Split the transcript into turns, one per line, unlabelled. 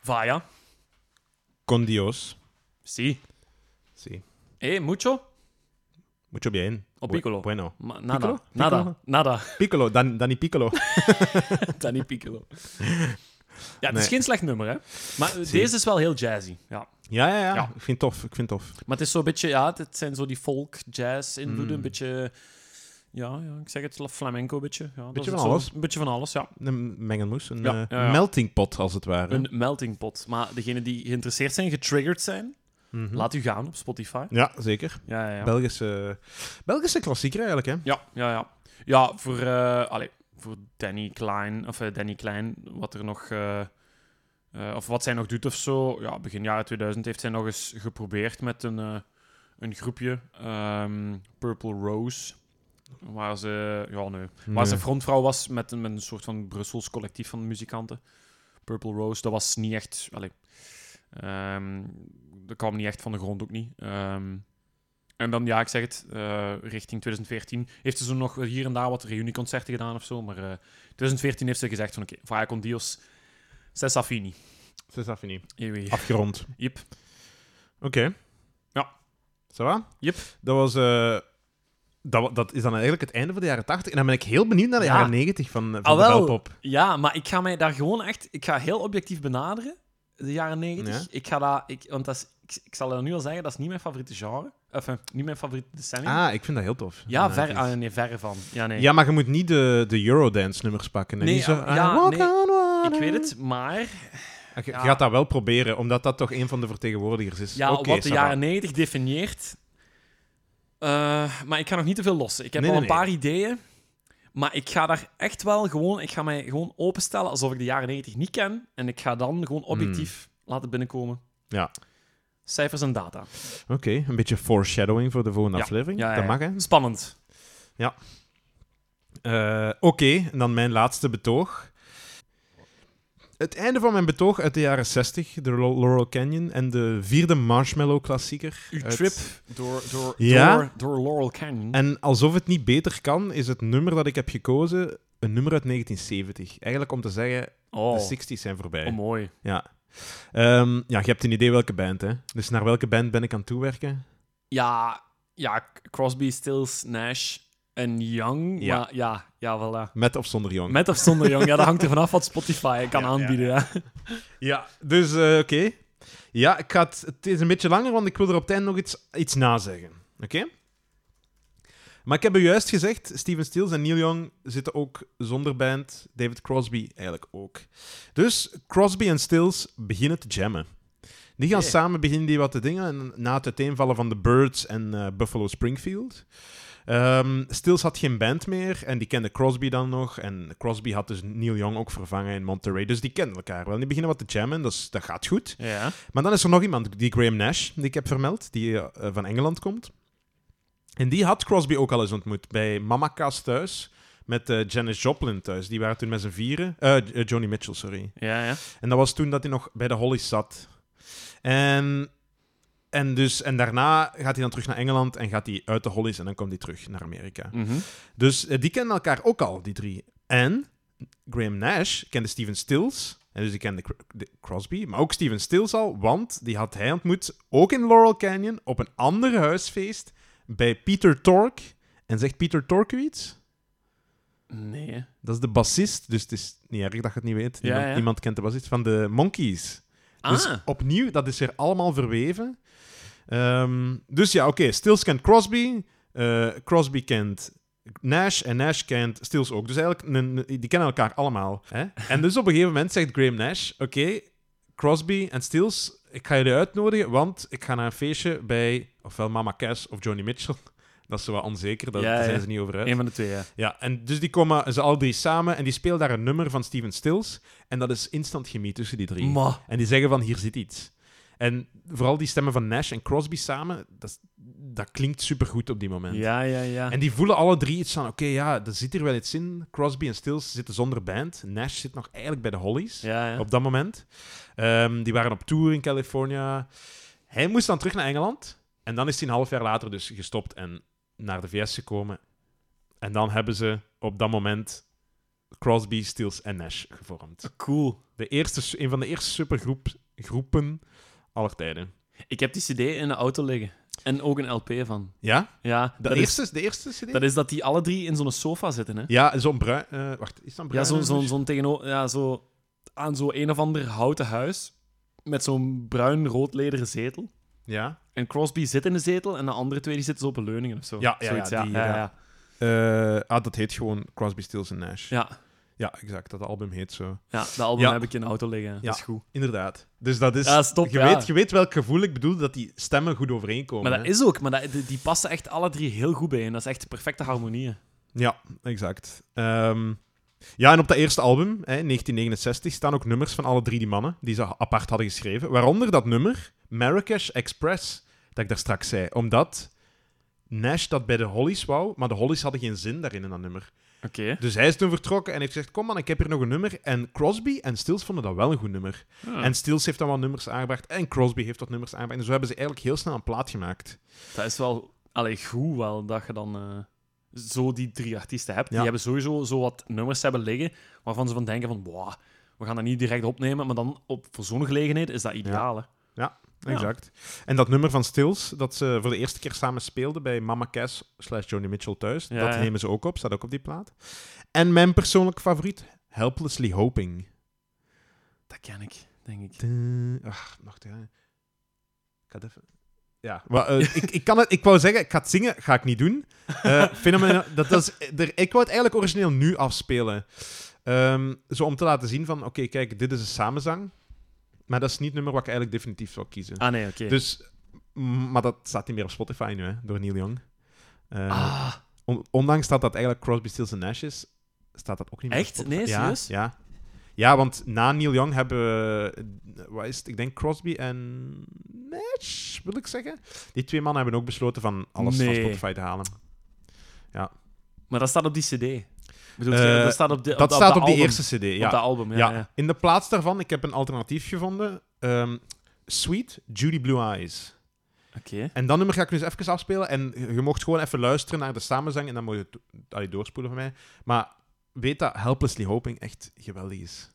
Vaya.
Con Dios.
Sí.
Sí.
Eh, mucho.
Mucho bien.
O
Bu-
Piccolo.
Bueno.
Ma- nada.
Piccolo?
Nada.
Piccolo?
Nada.
Piccolo, Dan, Danny Piccolo.
Danny Piccolo. Ja, het
Nee.
is geen slecht nummer, hè. Maar eh, deze is wel heel jazzy. Ja.
Ja, ja, ja,
Ja.
Ik vind het tof. Ik vind het tof.
Maar het is zo'n beetje, ja, het zijn zo die folk, jazz invloeden,
Mm.
een beetje, ja, ja, ik zeg het, la- flamenco, een beetje. Ja, dat
Beetje
is
van
zo-
alles.
Een beetje van alles, ja.
Een mengelmoes. Een
Ja,
eh,
ja, ja.
melting pot, als het ware.
Een melting pot. Maar degenen die geïnteresseerd zijn, getriggerd zijn,
Mhm.
laat u gaan op Spotify.
Ja, zeker.
Ja, ja, ja.
Belgische, Belgische klassieker eigenlijk, hè.
Ja, ja, ja. Ja, voor, eh, allee, voor Danny Klein, of eh, Danny Klein, wat er nog... eh, eh, of wat zij nog doet of zo. Ja, begin jaren 2000 heeft zij nog eens geprobeerd met een, eh, een groepje. ehm, Purple Rose. Waar ze... Ja, nee. Waar ze frontvrouw was met een, met een soort van Brussels collectief van muzikanten. Purple Rose, dat was niet echt. Allee, ehm, dat kwam niet echt van de grond ook niet. Ehm, en dan, ja, ik zeg het, eh, richting 2014 heeft ze zo nog wel hier en daar wat reunieconcerten gedaan of zo. Maar eh 2014 heeft ze gezegd: van oké, Vaya con Dios, Cessa Fini.
Sesafini.
Eeuwig.
Afgerond.
Yep.
Oké.
Ja.
Ça va?
Yep.
Dat was... eh, dat, wa- dat is dan eigenlijk het einde van de jaren 80. En dan ben ik heel benieuwd naar de
Ja.
jaren 90 van, eh, van
Ah,
de
wel.
belpop.
Ja, maar ik ga mij daar gewoon echt... Ik ga heel objectief benaderen, de jaren negentig.
Ja.
Ik ga dat... Ik, want dat is, ik, ik zal er nu al zeggen, dat is niet mijn favoriete genre. Enfin, niet mijn favoriete decennium.
Ah, ik vind dat heel tof.
ja,
Ah,
ver,
het is-
ah, nee, verre van. Ja, nee.
Ja, maar je moet niet de, de Eurodance-nummers pakken. En
Nee,
niet zo,
ah,
I
ja,
walk
nee.
on water.
Ik weet het, maar...
Je- Je
Ja.
gaat dat wel proberen, omdat dat toch een van de vertegenwoordigers is.
Ja,
Oké,
wat de
ça va.
jaren negentig definieert... Eh, maar ik ga nog niet te veel lossen. Ik heb
Nee,
al
nee,
een paar ideeën. Maar ik ga daar echt wel gewoon... Ik ga mij gewoon openstellen alsof ik de jaren negentig niet ken. En ik ga dan gewoon objectief laten binnenkomen.
Mm. Ja.
Cijfers en data.
Oké, een beetje foreshadowing voor de volgende
Ja.
aflevering. Dat mag, hè?
Spannend.
Eh, Oké, en dan mijn laatste betoog. Het einde van mijn betoog uit de jaren 60, de Lo- Laurel Canyon en de vierde Marshmallow-klassieker.
Uw
uit-
trip door, door,
Ja?
door, door Laurel Canyon.
En alsof het niet beter kan, is het nummer dat ik heb gekozen een nummer uit 1970. Eigenlijk om te zeggen,
oh,
de 60s zijn voorbij.
oh, mooi.
Ja. Ehm, ja, je hebt een idee welke band, hè? Dus naar welke band ben ik aan het toewerken?
Ja, ja, K- Crosby, Stills, Nash en Young.
Ja.
Ja, maar, ja, ja voilà.
Met of zonder jong?
Met of zonder Young, ja, dat hangt er vanaf wat Spotify kan
Ja,
aanbieden. Ja,
Ja, dus eh, oké. Ja, ik ga het, het is een beetje langer, want ik wil er op het eind nog iets, iets na zeggen. Oké? Maar ik heb u juist gezegd, Steven Stills en Neil Young zitten ook zonder band. David Crosby eigenlijk ook. Dus Crosby en Stills beginnen te jammen. Die gaan
Yeah.
samen beginnen die wat te dingen en na het uiteenvallen van de Birds en eh, Buffalo Springfield. Ehm, Stills had geen band meer en die kende Crosby dan nog. En Crosby had dus Neil Young ook vervangen in Monterey. Dus die kennen elkaar wel. En die beginnen wat te jammen, dus dat gaat goed.
ja.
Maar dan is er nog iemand, die Graham Nash, die ik heb vermeld, die eh, van Engeland komt. En die had Crosby ook al eens ontmoet bij Mama Cass thuis. Met eh, Janis Joplin thuis. Die waren toen met z'n vieren. eh, eh, Johnny Mitchell, sorry.
ja, ja.
En dat was toen dat hij nog bij de Hollies zat. En, en, dus, en daarna gaat hij dan terug naar Engeland en gaat hij uit de Hollies en dan komt hij terug naar Amerika.
Mhm.
Dus eh, die kennen elkaar ook al, die drie. En Graham Nash kende Steven Stills. En dus die kende Cro- de- Crosby, maar ook Steven Stills al, want die had hij ontmoet, ook in Laurel Canyon, op een ander huisfeest, bij Peter Tork. En zegt Peter Tork u iets?
Nee. hè.
Dat is de bassist, dus het is niet erg dat je het niet weet.
Ja,
Niemand,
ja.
niemand kent de bassist van de Monkeys.
Ah,
Dus opnieuw, dat is er allemaal verweven. Ehm, dus ja, oké. Stills kent Crosby. eh, Crosby kent Nash. En Nash kent Stills ook. Dus eigenlijk, een- een- die kennen elkaar allemaal. Hè? En dus op een gegeven moment zegt Graham Nash... Oké, Crosby en Stills, ik ga jullie uitnodigen, want ik ga naar een feestje bij... Ofwel Mama Cass of Johnny Mitchell. Dat is zo wat onzeker, daar
Ja,
daar zijn
ja.
ze niet over uit.
een van de twee, ja.
Ja, en dus die komen ze alle drie samen en die spelen daar een nummer van Steven Stills. En dat is instant chemie tussen die drie.
Ma.
En die zeggen van, hier zit iets. En vooral die stemmen van Nash en Crosby samen, dat, is- dat klinkt supergoed op die moment.
Ja, ja, ja.
En die voelen alle drie iets van, oké, ja, er zit hier wel iets in. Crosby en Stills zitten zonder band. Nash zit nog eigenlijk bij de Hollies
ja, ja.
op dat moment. Ehm, die waren op tour in California. Hij moest dan terug naar Engeland. En dan is hij een half jaar later dus gestopt en naar de VS gekomen. En dan hebben ze op dat moment Crosby, Stills en Nash gevormd.
Cool.
De eerste, su- een van de eerste supergroepen aller tijden.
Ik heb die CD in de auto liggen. En ook een LP van.
Ja?
Ja,
De,
dat, is,
eerste, de eerste CD?
dat is dat die alle drie in zo'n sofa zitten, hè?
Ja, zo'n bruin... eh, wacht, is dat een
Ja,
bruin?
zo'n zo, zo tegenover. Ja, zo aan zo'n een of ander houten huis. Met zo'n bruin-rood lederen zetel.
Ja.
En Crosby zit in de zetel en de andere twee die zitten zo op een leuning of zo.
Ja, ja,
Zoiets,
ja, die,
ja,
ja.
ja.
Eh, ah, dat heet gewoon Crosby, Stills en Nash. Ja.
Ja,
exact. Dat album heet zo.
ja, dat album
Ja.
heb ik in de auto liggen.
Ja.
Dat is goed.
Inderdaad. Dus dat is...
Ja, stop,
je,
ja.
weet, je weet welk gevoel ik bedoel, dat die stemmen goed overeenkomen.
Maar dat
hè?
is ook, maar dat, die, die passen echt alle drie heel goed bij en dat is echt perfecte harmonieën.
Ja, exact. Ehm, ja, en op dat eerste album, hè, 1969, staan ook nummers van alle drie die mannen die ze apart hadden geschreven. Waaronder dat nummer, Marrakesh Express, dat ik daar straks zei. Omdat Nash dat bij de Hollies wou, maar de Hollies hadden geen zin daarin in dat nummer.
Oké.
Dus hij is toen vertrokken en heeft gezegd, kom man, ik heb hier nog een nummer. En Crosby en Stills vonden dat wel een goed nummer.
Ah,
En Stills heeft dan wat nummers aangebracht en Crosby heeft wat nummers aangebracht. En zo hebben ze eigenlijk heel snel een plaat gemaakt.
Dat is wel allee, goed wel dat je dan eh, zo die drie artiesten hebt.
Ja.
Die hebben sowieso zo wat nummers hebben liggen waarvan ze van denken van, "Boah, we gaan dat niet direct opnemen, maar dan op, voor zo'n gelegenheid is dat ideaal. hè. Ja.
Exact. En dat nummer van Stills, dat ze voor de eerste keer samen speelden bij Mama Cass slash Joni Mitchell thuis,
Ja,
dat
ja.
nemen ze ook op, staat ook op die plaat. En mijn persoonlijke favoriet, Helplessly Hoping.
Dat ken ik, denk ik.
De- Ach, wacht, ja. Ik ga het even... Ja, wa- eh, ik, ik, kan het, ik wou zeggen, ik ga het zingen, ga ik niet doen. Eh fenomena- dat, dat is, er, ik wou het eigenlijk origineel nu afspelen. Ehm, zo om te laten zien van, oké, kijk, dit is een samenzang. Maar dat is niet het nummer wat ik eigenlijk definitief zou kiezen.
Ah nee, oké.
Dus, mm, maar dat staat niet meer op Spotify nu, hè, door Neil Young. Eh,
ah,
on- ondanks dat dat eigenlijk Crosby, Stills en Nash is, staat dat ook niet meer
Echt?
op Spotify.
Nee,
ja,
serieus?
Ja. ja, want na Neil Young hebben we, eh, wat is het? ik denk Crosby en Nash, wil ik zeggen. Die twee mannen hebben ook besloten van alles van
Nee.
Spotify te halen.
maar dat staat op die cd. Bedoel,
Eh,
dat staat op, de, op,
dat
de- op
staat op
de
die
album.
eerste cd, ja.
Op dat album, ja.
ja.
ja.
In de plaats daarvan, ik heb een alternatief gevonden. Ehm, Sweet, Judy Blue Eyes.
Oké.
En dat nummer ga ik nu eens even afspelen. En je je mocht gewoon even luisteren naar de samenzang. En dan moet je het allee, doorspoelen van mij. Maar weet dat Helplessly Hoping echt geweldig is.